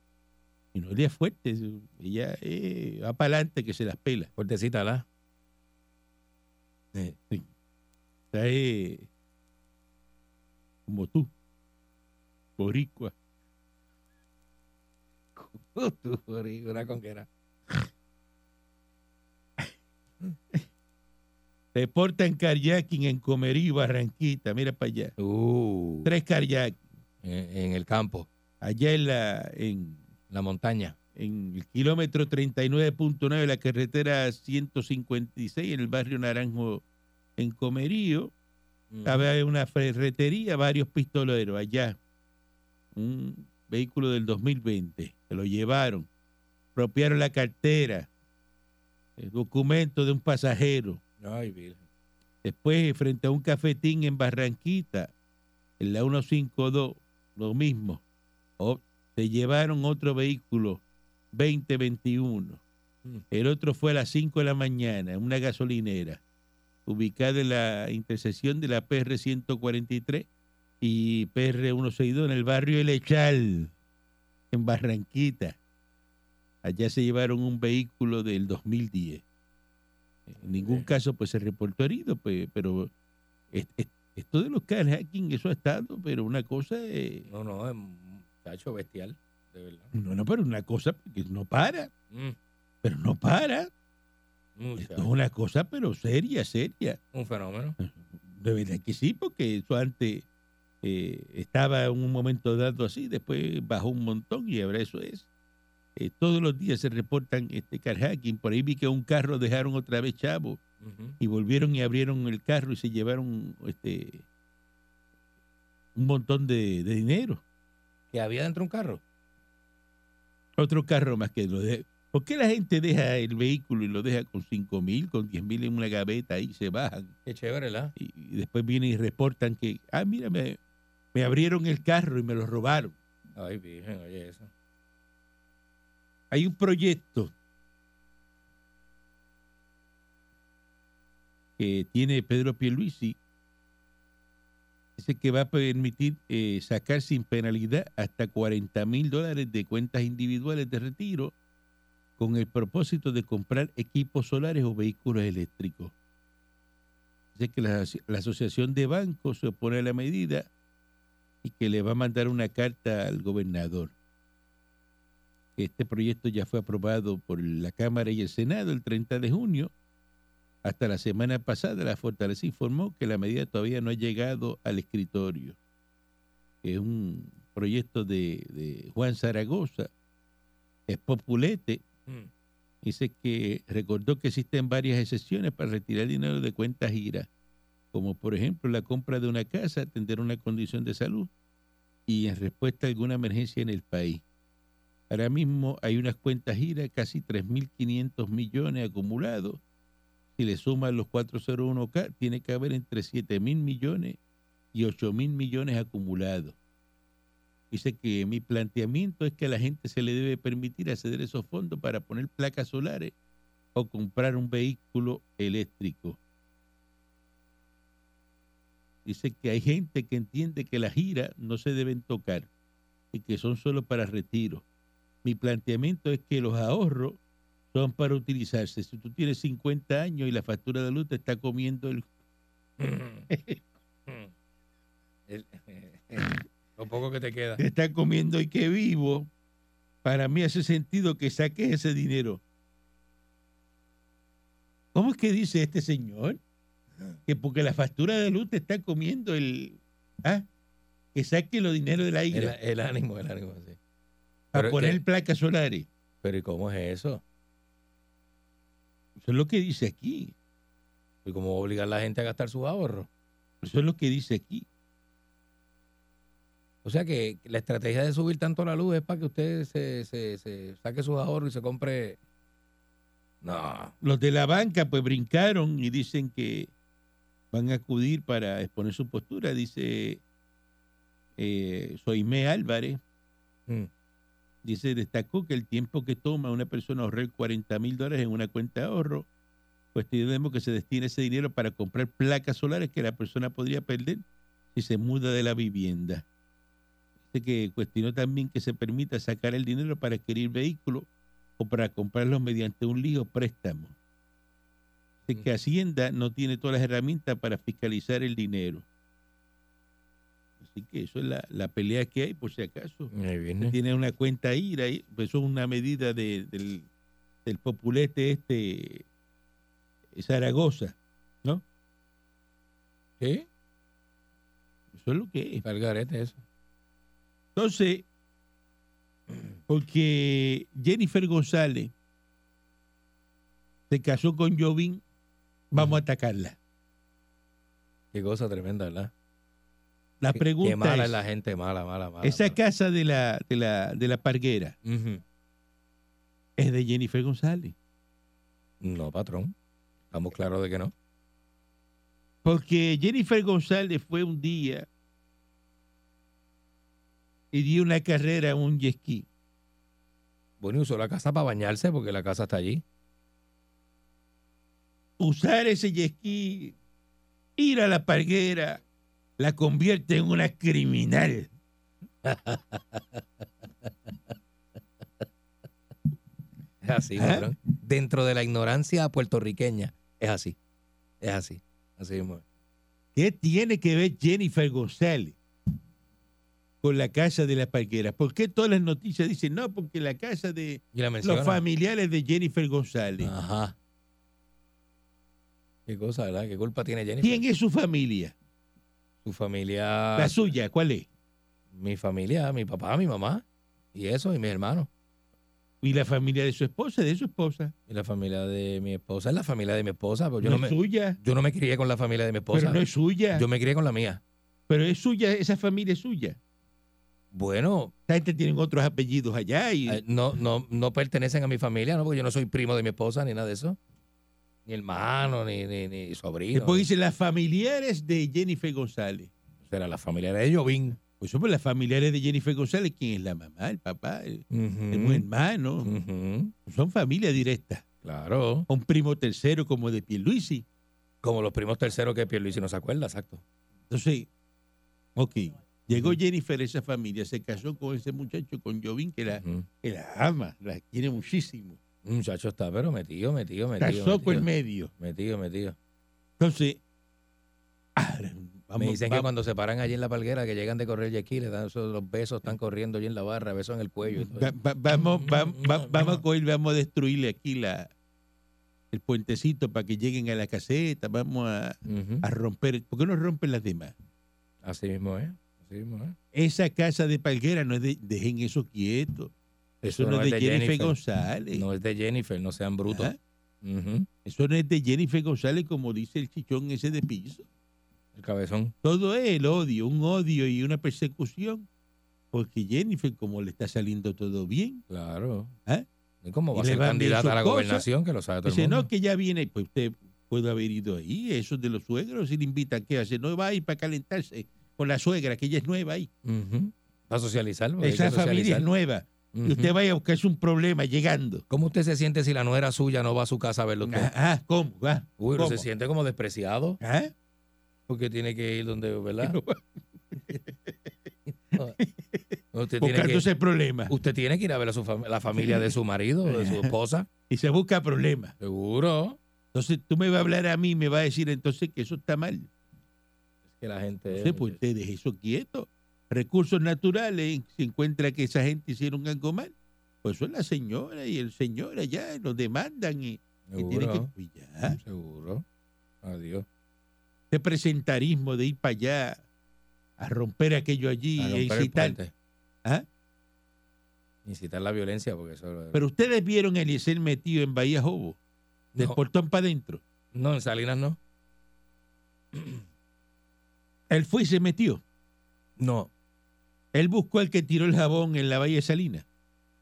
S3: Y Noelia es fuerte, es- ella eh, va para adelante que se las pela.
S4: Fuertecita, ¿la?
S3: Eh, sí. O sea, eh, como tú, boricua.
S4: Tu origo, Una conguera.
S3: Reportan kayaking en Comerí, Barranquita, mira para allá.
S4: Uh,
S3: Tres kayak
S4: en, en el campo,
S3: allá en, la, en,
S4: la montaña.
S3: en el kilómetro 39.9 de la carretera 156 en el barrio Naranjo en Comerío. Había una ferretería, varios pistoleros allá. Un vehículo del 2020. Se lo llevaron. Propiaron la cartera, el documento de un pasajero.
S4: Ay, virgen.
S3: Después, frente a un cafetín en Barranquita, en la 152, lo mismo. O- se llevaron otro vehículo, 2021.
S4: Mm.
S3: El otro fue a las 5 de la mañana, en una gasolinera, ubicada en la intersección de la PR-143 y PR-162 en el barrio El Echal, en Barranquita. Allá se llevaron un vehículo del 2010. En ningún
S4: Ok.
S3: caso pues se reportó herido, pues, pero es- es- esto de los carjacking, eso ha estado, pero una cosa... eh,
S4: No, no, es un muchacho bestial, de verdad.
S3: no, no, pero una cosa que no para,
S4: Mm,
S3: pero no para.
S4: muchacho,
S3: Esto es una cosa, pero seria, seria.
S4: un fenómeno.
S3: De verdad que sí, porque eso antes eh, estaba en un momento dado así, después bajó un montón y ahora eso es. Eh, todos los días se reportan este carjacking. Por ahí vi que un carro dejaron otra vez chavo
S4: Ujú.
S3: y volvieron y abrieron el carro y se llevaron este un montón de, de dinero.
S4: Que había dentro un carro.
S3: Otro carro más que lo de. ¿Por qué la gente deja el vehículo y lo deja con 5 mil, con 10 mil en una gaveta y se bajan?
S4: Qué chévere, ¿verdad?
S3: Y, y después vienen y reportan que, ah, mira, me, me abrieron el carro y me lo robaron.
S4: Ay, virgen, oye eso.
S3: Hay un proyecto que tiene Pedro Pierluisi. Dice que va a permitir eh, sacar sin penalidad hasta 40 mil dólares de cuentas individuales de retiro con el propósito de comprar equipos solares o vehículos eléctricos. Dice que la, aso- la Asociación de Bancos se opone a la medida y que le va a mandar una carta al gobernador. Este proyecto ya fue aprobado por la Cámara y el Senado el 30 de junio. Hasta la semana pasada la Fortaleza informó que la medida todavía no ha llegado al escritorio. Es un proyecto de, de Juan Zaragoza, es populete.
S4: Mm.
S3: Dice que recordó que existen varias excepciones para retirar dinero de cuentas giras, como por ejemplo la compra de una casa, atender una condición de salud y en respuesta a alguna emergencia en el país. Ahora mismo hay unas cuentas giras, casi 3.500 millones acumulados. Si le suman los 401k, tiene que haber entre 7.000 millones y 8.000 millones acumulados. Dice que mi planteamiento es que a la gente se le debe permitir acceder a esos fondos para poner placas solares o comprar un vehículo eléctrico. Dice que hay gente que entiende que las giras no se deben tocar y que son solo para retiro. Mi planteamiento es que los ahorros son para utilizarse. Si tú tienes 50 años y la factura de luz te está comiendo el...
S4: mm, El- lo poco que te queda.
S3: te está comiendo y que vivo, para mí hace sentido que saques ese dinero. ¿Cómo es que dice este señor? Que porque la factura de luz te está comiendo el... ¿ah? Que saque los dineros de la
S4: El,
S3: isla
S4: el ánimo, el ánimo, sí.
S3: para
S4: pero eh,
S3: poner
S4: que-
S3: placas solares.
S4: Pero ¿y cómo es eso?
S3: Eso es lo que dice aquí.
S4: ¿Y cómo va a obligar a la gente a gastar sus ahorros?
S3: Eso es lo que dice aquí.
S4: O sea que la estrategia de subir tanto la luz es para que usted se, se- se saque sus ahorros y se compre. No.
S3: Los de la banca pues brincaron y dicen que van a acudir para exponer su postura. Dice eh, Soime Álvarez,
S4: Mm.
S3: Dice, destacó que el tiempo que toma una persona ahorrar 40 mil dólares en una cuenta de ahorro, pues tenemos que se destina ese dinero para comprar placas solares que la persona podría perder si se muda de la vivienda. Dice que cuestionó también que se permita sacar el dinero para adquirir vehículos o para comprarlos mediante un lío préstamo. Dice que Hacienda no tiene todas las herramientas para fiscalizar el dinero. Así que eso es la, la pelea que hay, por si acaso
S4: Ahí viene.
S3: tiene una cuenta IRA, y pues eso es una medida de- del, del populete este eh, Zaragoza.
S4: Sí,
S3: Eso es lo que es.
S4: para el garete eso.
S3: Entonces, porque Jennifer González se casó con Jovín, vamos a atacarla.
S4: Qué cosa tremenda, ¿verdad?
S3: La
S4: Qué-
S3: pregunta
S4: Qué mala
S3: es,
S4: es la gente, mala, mala, mala.
S3: esa
S4: mala.
S3: casa de la, de, la, de la Parguera
S4: Ujú.
S3: es de Jennifer González.
S4: No, patrón. Estamos claros de que no.
S3: Porque Jennifer González fue un día y dio una carrera a un jet ski.
S4: Bueno, y usó la casa para bañarse porque la casa está allí.
S3: usar ese jet ski, ir a la parguera, la convierte en una criminal.
S4: Es así,
S3: Ajá.
S4: patrón. Dentro de la ignorancia puertorriqueña. Es así. Es así. Así mismo. es.
S3: ¿Qué tiene que ver Jennifer González con la casa de la parguera? ¿Por qué todas las noticias dicen no? Porque la casa de
S4: Y la
S3: los
S4: menciona. Ah,
S3: familiares de Jennifer González.
S4: Ajá. Qué cosa, ¿verdad? ¿Qué culpa tiene Jennifer? Ah,
S3: ¿Quién es su familia?
S4: Su familia.
S3: La suya, ¿cuál es?
S4: Mi familia, mi papá, mi mamá. Y eso, y mis hermanos.
S3: Y la familia de su esposa, de su esposa.
S4: Y la familia de mi esposa. Es la familia de mi esposa. Pero yo,
S3: no,
S4: no
S3: es
S4: me,
S3: suya,
S4: yo no me crié con la familia de mi esposa.
S3: pero no es suya.
S4: Yo me crié con la mía.
S3: Pero es suya, esa familia es suya.
S4: Bueno,
S3: Esta gente tiene otros apellidos allá y
S4: eh, no, no, no pertenecen a mi familia, ¿no? Porque yo no soy primo de mi esposa ni nada de eso. Ni hermano, ni, ni, ni sobrino.
S3: Después dice las familiares de Jennifer González.
S4: Será la familia de Jovín.
S3: Pues somos las familiares de Jennifer González, quién es la mamá, el papá, el, el
S4: Ujú,
S3: buen hermano.
S4: Mm. ujú,
S3: Son familia directa.
S4: Claro.
S3: Un primo tercero como de Pierluisi.
S4: Como los primos terceros que Pierluisi no se acuerda, exacto.
S3: Entonces, ok. Llegó Jennifer a esa familia, se casó con ese muchacho, con Jovín, que la,
S4: Ujú.
S3: que la ama, la quiere muchísimo.
S4: Un muchacho está, pero metido, metido, metido.
S3: Casó con el
S4: metido,
S3: medio.
S4: metido, metido.
S3: Entonces, ahora, ah, Vamos,
S4: Me dicen que
S3: vamos.
S4: cuando se paran allí en la palguera, que llegan de correr y aquí, les dan esos- los besos, están corriendo allí en la barra, besos en el cuello. y todo
S3: Va-
S4: eso.
S3: va- vamos, va- va- vamos a coger, vamos a destruirle aquí la el puentecito para que lleguen a la caseta, vamos a,
S4: Ujú.
S3: a romper, ¿por qué no rompen las demás?
S4: Así mismo, ¿eh? Así mismo, ¿eh?
S3: Esa casa de palguera no es de, dejen eso quieto. Eso, no, es de, Jennifer, ¿Eh? González.
S4: No es de Jennifer, no sean brutos.
S3: Ajá.
S4: Ujú.
S3: Eso no es de Jennifer González, como dice el chichón ese de piso.
S4: El cabezón.
S3: Todo es el odio, un odio y una persecución. Porque Jennifer, como le está saliendo todo bien,
S4: Claro.
S3: ¿Eh?
S4: ¿Y cómo va
S3: Y
S4: a
S3: le
S4: ser
S3: van bien
S4: candidata a la
S3: sus cosas.
S4: gobernación? Que lo sabe todo el
S3: dice,
S4: mundo.
S3: no, que ya viene, pues usted puede haber ido ahí, eso es de los suegros, y le invitan, ¿qué hace? No va a ir para calentarse con la suegra, que ella es nueva ahí.
S4: Ujú. Va a socializar. porque hay
S3: Esa
S4: que
S3: familia
S4: socializar.
S3: es nueva. Y
S4: Ujú.
S3: usted vaya a buscarse un problema llegando.
S4: ¿Cómo usted se siente si la nuera suya no va a su casa a verlo usted?
S3: Ah, ¿cómo? Ah,
S4: Uy,
S3: ¿cómo?
S4: se siente como despreciado
S3: Ah,
S4: porque tiene que ir donde, ¿verdad?
S3: No.
S4: Usted tiene, que,
S3: Buscándose problemas.
S4: usted tiene que ir a ver a su fam- la familia de su marido, de su esposa.
S3: Y se busca problemas.
S4: Seguro.
S3: Entonces tú me vas a hablar a mí y me vas a decir entonces que eso está mal.
S4: Que la gente.
S3: Entonces, pues usted deje eso quieto. Recursos naturales, se encuentra que esa gente hicieron algo mal. Pues son la señora y el señor allá, los demandan y, y tiene que.
S4: Seguro.
S3: pues ya.
S4: Seguro. Adiós.
S3: Este presentarismo de ir para allá a romper aquello allí
S4: A
S3: e
S4: romper el
S3: incitar.
S4: puente.
S3: ¿Ah?
S4: Incitar la violencia, porque eso.
S3: Pero ustedes vieron a Eliezer metido en Bahía Jobo, del
S4: no,
S3: portón para adentro.
S4: no, en Salinas no.
S3: Él fue y se metió.
S4: No,
S3: Él buscó al que tiró el jabón en la Bahía de Salinas,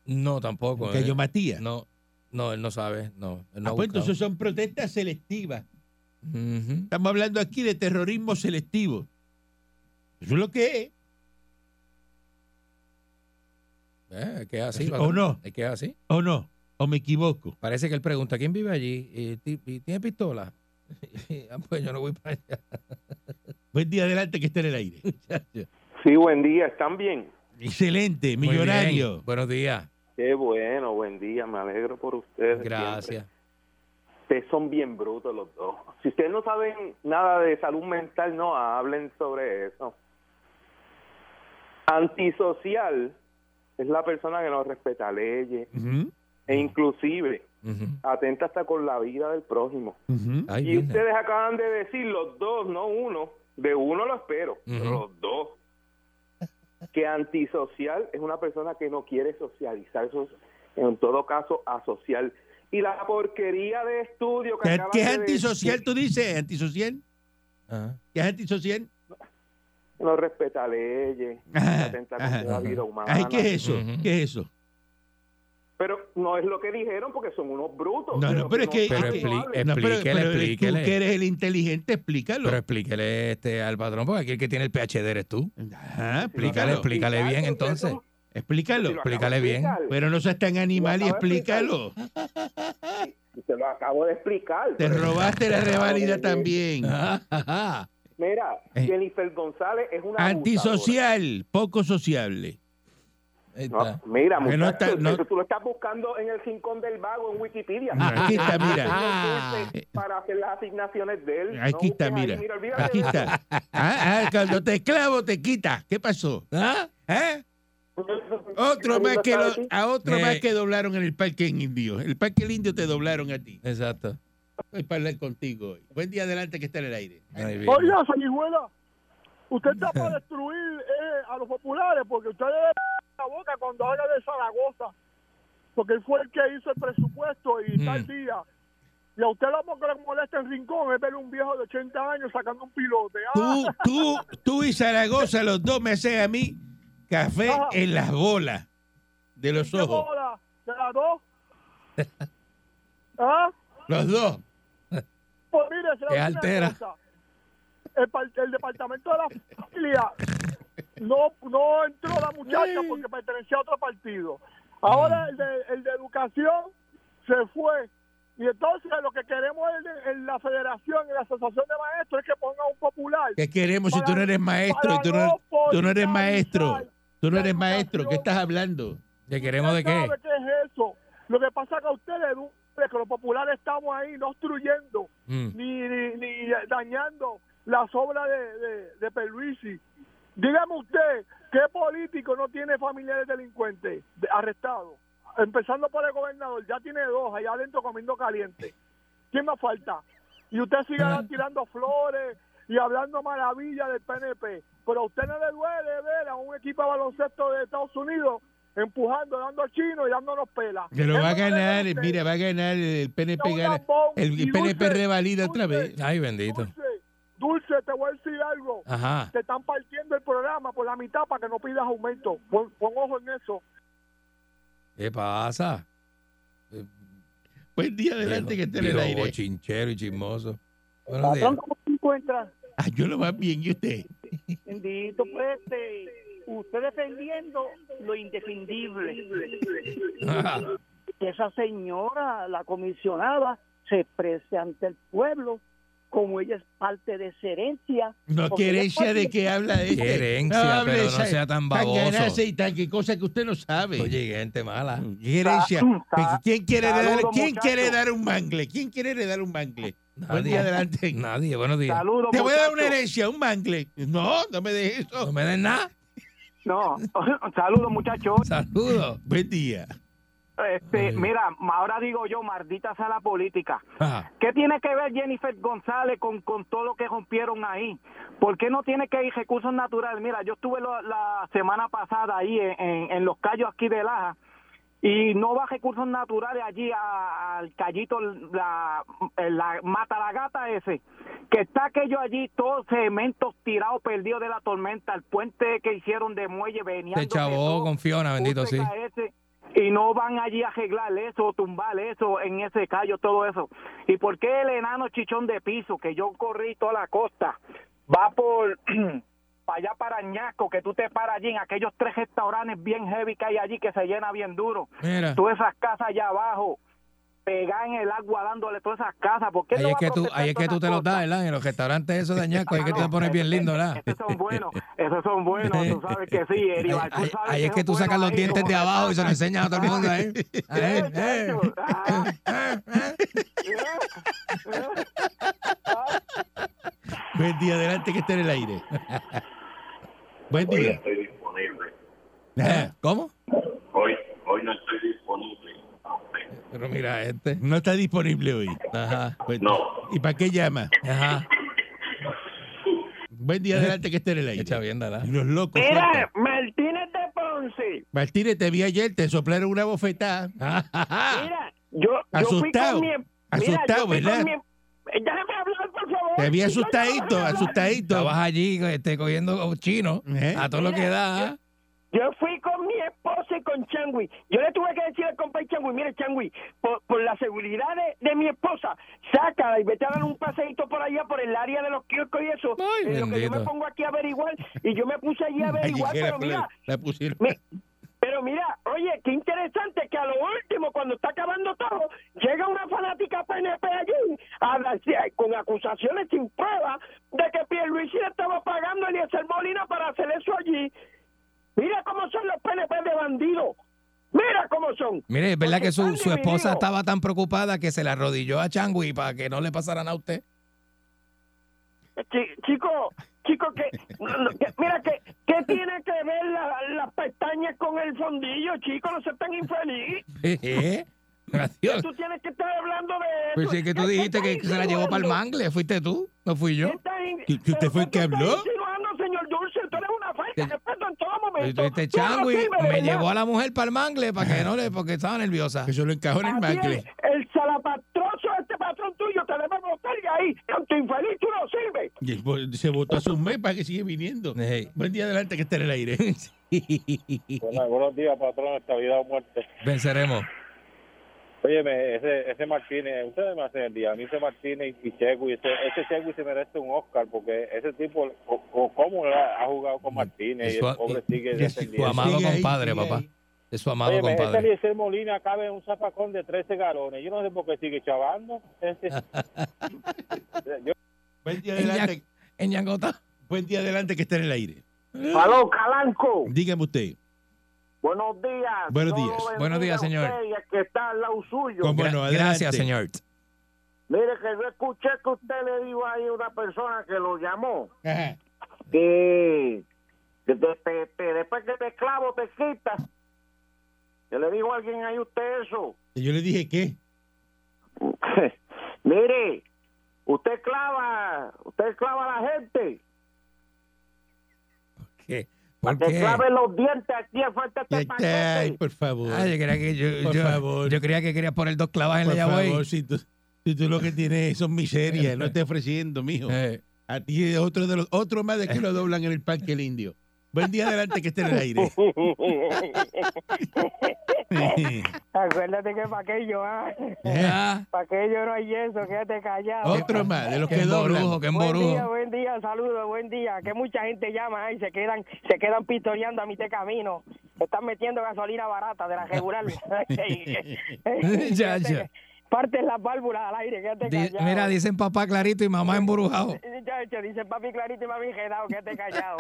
S4: no tampoco.
S3: el Cayo
S4: eh.
S3: Matías.
S4: No, no, él no sabe. No, él no
S3: Ah,
S4: ha
S3: pues,
S4: buscado.
S3: entonces son protestas selectivas.
S4: Ujú.
S3: Estamos hablando aquí de terrorismo selectivo. Eso es lo que es.
S4: Eh, es que es así.
S3: ¿O no?
S4: Es que es así.
S3: ¿O no? ¿O me equivoco?
S4: Parece que él pregunta, ¿quién vive allí? ¿Y, ti- y tiene pistola? ah, pues yo no voy para allá.
S3: Buen día adelante que está en el aire.
S6: Sí, buen día, ¿están bien?
S3: Excelente,
S4: Muy
S3: millonario.
S4: bien, Buenos días.
S6: Qué bueno, buen día, me alegro por ustedes. siempre.
S4: Gracias.
S6: Ustedes son bien brutos los dos. Si ustedes no saben nada de salud mental, no hablen sobre eso. Antisocial es la persona que no respeta leyes
S3: Ujú,
S6: e inclusive
S4: Ujú.
S6: atenta hasta con la vida del prójimo.
S3: ujú.
S4: Ay,
S6: y
S4: bien.
S6: ustedes acaban de decir los dos, no uno, de uno lo espero, pero
S4: Ujú.
S6: los dos. Que antisocial es una persona que no quiere socializar, eso es, en todo caso asocial. Y la porquería de estudio que
S3: ¿Qué,
S6: acaban
S3: qué es
S6: de
S3: antisocial
S6: decir,
S3: tú dices? ¿Antisocial?
S4: Ajá.
S3: ¿Qué es antisocial?
S6: no respeta leyes,
S3: Ajá,
S6: atenta
S3: ajá.
S6: contra la vida humana.
S3: Ay, ¿qué es eso?
S4: Ah, Ujú.
S3: ¿Qué es eso?
S6: Pero no es lo que dijeron porque son unos brutos.
S3: No,
S6: de
S3: no,
S6: lo
S3: pero es que- eh,
S6: saben,
S4: Pero
S6: no
S4: expli-
S6: hablen.
S4: Explíquele,
S3: No, pero, pero eres tú
S4: explíquele.
S3: que eres el inteligente, explícalo.
S4: Pero explíquele este al patrón, porque aquí el que tiene el PhD eres tú. Explícale,
S3: Ajá, explícalo.
S4: explícale bien
S6: Ustedes
S4: entonces.
S6: son-
S3: Explícalo.
S6: si lo acabo de
S4: explícale bien.
S6: explicar.
S3: Pero no seas tan animal y
S6: Lo acabo de explicar.
S3: explícalo.
S6: Te lo acabo de explicar.
S3: Te robaste la reválida
S6: Oye.
S3: también.
S4: Ajá.
S6: Mira,
S3: Eh.
S6: Jennifer González es una abusadora.
S3: Antisocial, poco sociable.
S4: Ahí está.
S6: No, mira,
S3: Que no
S6: muchacho,
S3: está- no-
S6: eso tú lo estás buscando en el rincón del vago en Wikipedia.
S3: No, aquí está, mira. Ah.
S6: Tiene el dulce para hacer las asignaciones de él. No
S3: Aquí está,
S6: busques ahí,
S3: mira.
S6: olvídate
S3: Aquí
S6: de eso.
S3: está. Ah, ah, cuando te clavo, te quita. ¿Qué pasó?
S4: ¿Ah?
S3: ¿Ah? Otro más que lo- a otro
S4: Eh.
S3: más que doblaron en el parque en Indio. El parque el Indio te doblaron a ti.
S4: Exacto.
S3: Voy para hablar contigo hoy. Buen día adelante que está en el aire.
S4: Ahí bien.
S7: Oiga, sanguijuela, usted está para destruir eh, a los populares porque usted debe la boca cuando habla de Zaragoza, porque él fue el que hizo el presupuesto y tal día. Y a usted lo que le molesta en Rincón es ver un viejo de 80 años sacando un pilote. Ah,
S3: Tú, tú, tú y Zaragoza, los dos me hacen a mí café
S7: Ajá.
S3: en las bolas de los
S7: ¿qué
S3: ojos.
S7: bola? ¿De las dos? ¿Ah?
S3: Los dos.
S7: Pues mire, se la
S4: Es
S7: voy a decir
S4: altera.
S7: una cosa. El, par- el departamento de la familia no, no entró la muchacha porque pertenecía a otro partido.
S3: Mm.
S7: Ahora el de, el de educación se fue. Y entonces lo que queremos en, en la federación, en la asociación de maestros, es que pongan un popular.
S3: ¿Qué queremos si tú no
S7: Para-
S3: eres maestro y
S7: para
S3: tú no,
S7: no
S3: tú no eres
S7: politizar
S3: maestro? Tú no
S7: la
S3: eres maestro. ¿Qué
S7: educación.
S3: estás hablando?
S4: ¿Le queremos de
S7: ¿Usted
S4: qué?
S7: sabe es eso? Lo que pasa que a ustedes, es que los populares estamos ahí no obstruyendo
S4: Mm.
S7: ni, ni, ni dañando
S8: las obras de, de, de Pierluisi. Dígame usted, ¿qué político no tiene familiares delincuentes de- arrestados? Empezando por el gobernador, ya tiene dos allá adentro comiendo caliente. ¿Quién más falta? Y usted sigue tirando flores y hablando maravillas del PNP. Pero a usted no le duele ver a un equipo de baloncesto de Estados Unidos empujando, dando a chino y dándonos pelas.
S3: Pero
S8: Eso
S3: va a
S8: no le duele
S3: ganar,
S8: usted.
S3: mira, va a ganar el PNP,
S8: No,
S3: gana-
S8: Lambón,
S3: el,
S8: y dulce,
S3: PNP revalida otra
S8: dulce.
S3: vez.
S1: Ay, bendito.
S8: Dulce, Dulce, te voy a decir algo.
S1: Ajá.
S8: Te están partiendo el programa por la mitad para que no pidas aumento. Pon, pon ojo en eso.
S1: ¿Qué pasa?
S3: Buen día, adelante que esté en el
S1: Viejo
S3: aire.
S1: bochinchero y chismoso. Buenos días.
S9: Patrón, ¿cómo se encuentra?
S3: Ah, yo lo más bien, ¿y usted?
S9: Bendito, pues, este, usted defendiendo lo indefendible.
S1: Ah,
S9: Que esa señora, la comisionada, se exprese ante el pueblo como ella es parte de esa herencia.
S3: No,
S9: Porque
S3: qué herencia
S9: yo-
S3: de que habla de
S1: Qué
S3: este.
S1: herencia,
S3: No hable
S1: pero no
S3: esa-
S1: sea tan
S3: ganancia
S1: baboso.
S3: y tan que cosa que usted no sabe.
S1: Oye, gente mala.
S3: ¿Qué herencia?
S9: sa-
S3: ¿Quién quiere
S8: saludos,
S3: heredar, ¿quién
S8: muchachos.
S3: quiere heredar un mangle? ¿Quién quiere heredar un mangle? Buen día,
S1: Nadie,
S3: adelante.
S1: nadie, buenos días.
S8: Saludos.
S3: Te voy a dar una
S8: muchachos.
S3: herencia, un mangle. No, no me dejes
S1: No
S3: eso.
S1: me den nada.
S8: No, saludos, muchachos.
S1: Saludos.
S3: Buen día.
S8: Este, mira, ahora digo yo, maldita sea la política.
S1: Ah,
S8: ¿Qué tiene que ver Jennifer González con, con todo lo que rompieron ahí? ¿Por qué no tiene que ir recursos naturales? Mira, yo estuve lo- la semana pasada ahí en, en- en los callos aquí de Laja y no va recursos naturales allí a- al callito, la, la mata la gata ese, que está aquello allí, todos cementos tirados, perdidos de la tormenta, el puente que hicieron de muelle venía.
S1: te chavó con Fiona, bendito, sí.
S8: UPKS, y no van allí a arreglar eso, tumbar eso en ese callo, todo eso. ¿Y por qué el enano chichón de piso, que yo corrí toda la costa, va por para allá para Añasco, que tú te paras allí en aquellos tres restaurantes bien heavy que hay allí, que se llena bien duro?
S1: Mira.
S8: Todas esas casas allá abajo, pegar en el agua dándole todas esas casas. ¿Por qué
S1: Ahí
S8: no
S1: es
S8: va a
S1: que tú,
S8: protestar
S1: ahí es que
S8: todas
S1: tú te
S8: esas
S1: los das,
S8: cosas?
S1: ¿verdad? En los restaurantes esos de añasco, ahí es que tú
S8: Ah,
S1: te
S8: no,
S1: pones bien lindo, ¿verdad?
S8: Esos son buenos, esos son buenos, tú sabes que sí,
S1: Ahí,
S8: Eribal, tú
S1: ahí-
S8: sabes
S1: ahí es que
S8: son
S1: tú sacas
S8: buenos
S1: los
S8: ahí,
S1: dientes
S8: como
S1: de
S8: que
S1: abajo y se
S8: sacan.
S1: lo enseñas a todo el mundo ahí. A
S8: Eh,
S1: él, eh.
S8: chacho, ah,
S3: Buen día, adelante que esté en el aire. Buen
S10: Hoy no
S3: día.
S10: estoy disponible.
S1: Eh, ¿Cómo?
S10: Hoy, hoy no estoy disponible.
S1: Pero mira este.
S3: No está disponible hoy.
S1: Ajá.
S3: Buen-
S10: No.
S3: ¿Y para qué llama?
S1: Ajá.
S3: Buen día, adelante que esté en el
S1: Echa
S3: aire.
S1: bien, dala.
S3: Y Los locos. locos.
S9: Martínez de Ponce,
S3: Martínez, te vi ayer, te soplaron una bofetada.
S9: mira, yo,
S3: Asustado.
S9: em-
S3: Asustado, ¿verdad?
S9: Déjame hablar, por favor.
S3: Te vi asustadito, asustadito.
S1: Estabas allí este, cogiendo chino
S3: ¿Eh?
S1: a todo lo que da. ¿ah?
S9: Yo fui con mi esposa y con Changui. Yo le tuve que decir al compadre Changui, mire Changui, por, por la seguridad de, de mi esposa, sácala y vete a dar un paseíto por allá, por el área de los kioscos y eso.
S1: Ay,
S9: En lo que yo me
S1: bendito.
S9: pongo aquí a averiguar. Y yo me puse allí a
S3: Allí
S9: averiguar,
S3: que
S9: pero
S3: la,
S9: mira,
S3: la pusieron.
S9: mi- pero mira, oye, qué interesante que a lo último, cuando está acabando todo, llega una fanática PNP allí a dar- con acusaciones sin prueba de que Pierluisi le estaba pagando a Eliezer Molina para hacer eso allí. Mira cómo son los PNP de bandidos. Mira cómo son.
S1: Mire, es verdad
S9: Porque
S1: que su,
S9: están
S1: su esposa
S9: divididos.
S1: estaba tan preocupada que se la arrodilló a Changui para que no le pasara nada a usted.
S9: Chi- Chico, chico, que, que- mira, que, ¿qué tiene que ver la- las pestañas con el fondillo, chico? No seas tan infeliz.
S1: ¿Eh? Adiós.
S9: Tú tienes que estar hablando de eso.
S1: Pues es que tú
S9: ¿Qué- qué
S1: dijiste que
S9: estás
S1: se la llevó para el
S9: insinuando?
S1: mangle. ¿Fuiste tú? ¿No fui yo?
S3: ¿Que- que usted fue el que habló?
S9: Insinuando, señor Dulce, tú eres una falta de respeto en todo
S1: Pues
S9: momento.
S1: tú dijiste,
S9: Tú no
S1: Changui
S9: sirves, de
S1: me
S9: verdad.
S1: llevó a la mujer para el mangle para que no le, porque estaba nerviosa.
S3: Que se lo encajó en el
S9: Así
S3: mangle.
S9: es, el salapastroso, este patrón tuyo, te debe botar de ahí. Tanto infeliz, tú no sirves.
S3: Y el bo- se votó hace un mes para que sigue viniendo.
S1: Ey.
S3: Buen día, adelante que esté en el aire.
S10: buenos días, patrón. Estabilidad o muerte.
S1: Venceremos.
S10: Óyeme, ese, ese Martínez, ustedes me hacen el día. A mí ese Martínez y Checo, y ese, ese Checo se merece un Oscar porque ese tipo, o, o cómo la- ha jugado con Martínez y,
S1: Y su-
S10: el pobre
S1: y-
S10: sigue
S3: y su
S10: defendiendo.
S3: ama-
S1: amado
S3: Sigue ahí,
S1: compadre,
S3: sigue
S1: papá.
S3: ahí.
S1: Es su amado
S10: Óyeme, ese
S1: compadre.
S10: Eliezer Molina cabe en un zapacón de 13 galones. Yo no sé por qué sigue chavando. Ese- Yo-
S3: Buen día,
S1: En,
S3: adelante.
S1: Ña- en Ñangota.
S3: Buen día, adelante que esté en el aire.
S8: Aló, Calanco.
S3: Dígame usted.
S8: Buenos días.
S3: Buenos
S8: Todo
S3: días.
S8: bendiga
S1: Buenos días,
S8: a
S1: señor.
S8: usted y al que está al lado suyo.
S3: ¿Cómo no?
S1: Gra- Gracias,
S3: Adelante.
S1: señor.
S9: Mire que yo escuché que usted le dijo ahí a una persona que lo llamó que, que te- te- te- después que te clavo te quitas. Yo le dijo a alguien ahí a usted eso.
S3: Y yo le dije, ¿qué?
S9: Mire, usted clava, usted clava a la gente.
S1: ¿Qué? ¿Por
S9: Que
S1: qué?
S9: clave los dientes aquí al frente de este
S3: Ay,
S9: paquete.
S3: por favor.
S1: Ah, yo creía que yo,
S3: Por
S1: yo-
S3: favor.
S1: yo creía que querías poner dos clavas en
S3: por
S1: la llave.
S3: favor, si tú, si tú lo que tienes son miserias, no te ofreciendo, mijo.
S1: Eh,
S3: A ti es otro de los otro más de que lo doblan en el parque el indio. Buen día adelante que esté en el aire.
S11: Acuérdate que para aquello, ah,
S1: ah,
S11: para aquello no hay yeso, quédate callado.
S3: otro más de los
S1: Oh, qué
S3: que doblan.
S1: embrujo, qué
S11: Buen día,
S1: embrujo.
S11: buen día, saludos, buen día. Que mucha gente llama ah, y se quedan, se quedan pistoleando a mitad de camino. Están metiendo gasolina barata de la regular.
S1: Ya,
S11: Quédate-
S1: ya.
S11: Partes las válvulas al aire, quédate
S1: Di-
S11: callado.
S1: mira, dicen papá clarito y mamá embrujado.
S11: Chacho, dice papi clarito y mami gelado, quédate callado.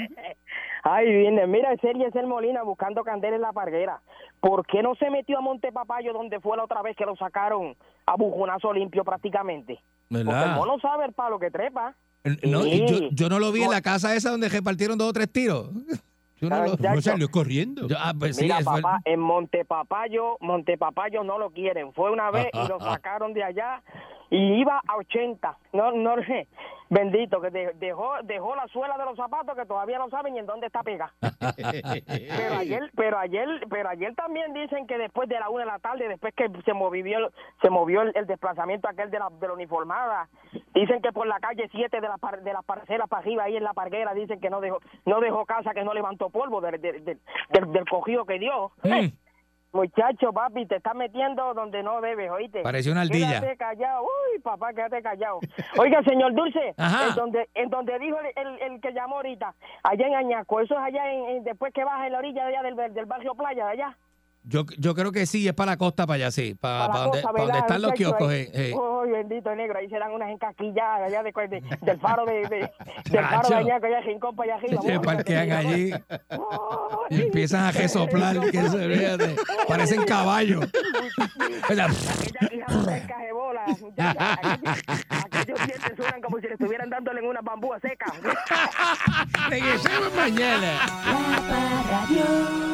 S11: Ay, viene, mira, ese el Molina buscando candela en la parguera. ¿Por qué no se metió a Monte Papayo donde fue la otra vez que lo sacaron a bujonazo limpio prácticamente? Porque el
S1: ¿Verdad?
S11: mono sabe el palo que trepa.
S1: Eh, No,
S11: Sí.
S1: yo, yo no lo vi en la casa esa donde repartieron dos o tres tiros. Yo no
S11: Ah,
S1: lo-
S11: ya.
S3: No Pues salió corriendo.
S1: yo- ah, pues sí,
S11: Mira,
S1: es- fue-
S11: papá, en Montepapayo, Montepapayo no lo quieren. Fue una vez y lo sacaron de allá y iba a 80. No, no, bendito, que de- dejó, dejó la suela de los zapatos que todavía no saben ni en dónde está pegada. Pero ayer, pero ayer, pero ayer también dicen que después de la una de la tarde, después que se movió, se movió el, el desplazamiento aquel de la, de la uniformada, dicen que por la calle 7 de, la par- de las parcelas para arriba, ahí en la parguera, dicen que no dejó, no dejó casa, que no levantó polvo del, del, del- del- del cogido que dio.
S1: Mm.
S11: Muchacho, papi, te estás metiendo donde no debes, oíste.
S1: Pareció una ardilla.
S11: Quédate callado. Uy, papá, quédate callado. Oiga, señor Dulce,
S1: Ajá.
S11: en donde, en donde dijo el, el- el que llamó ahorita, allá en Añaco, eso es allá en, en- después que baja en la orilla de allá del, del barrio Playa, de allá.
S1: Yo, yo creo que sí, es para la costa, para allá, sí. Para,
S11: la
S1: para donde,
S11: cosa,
S1: para donde
S11: ¿verdad,
S1: están los
S11: muchacho?
S1: kioscos.
S11: Ahí-
S1: eh, eh.
S11: Uy, bendito negro, ahí se dan unas encaquilladas allá de, de- del faro de, de- del faro
S1: Chacho.
S11: de Añaco, allá de Rincón para allá arriba.
S1: Se parquean allí y
S11: Uy.
S1: empiezan a resoplar. que se- fíjate, parecen caballos. Mira,
S11: Aquella hija seca de bola, muchacha. Aquellos- Aquellos dientes suenan como si le estuvieran dándole en una bambúa seca.
S1: Regresamos mañana.
S2: La Parradio.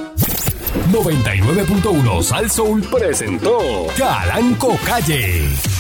S12: 99.1 Sal Soul presentó Calanco Calle.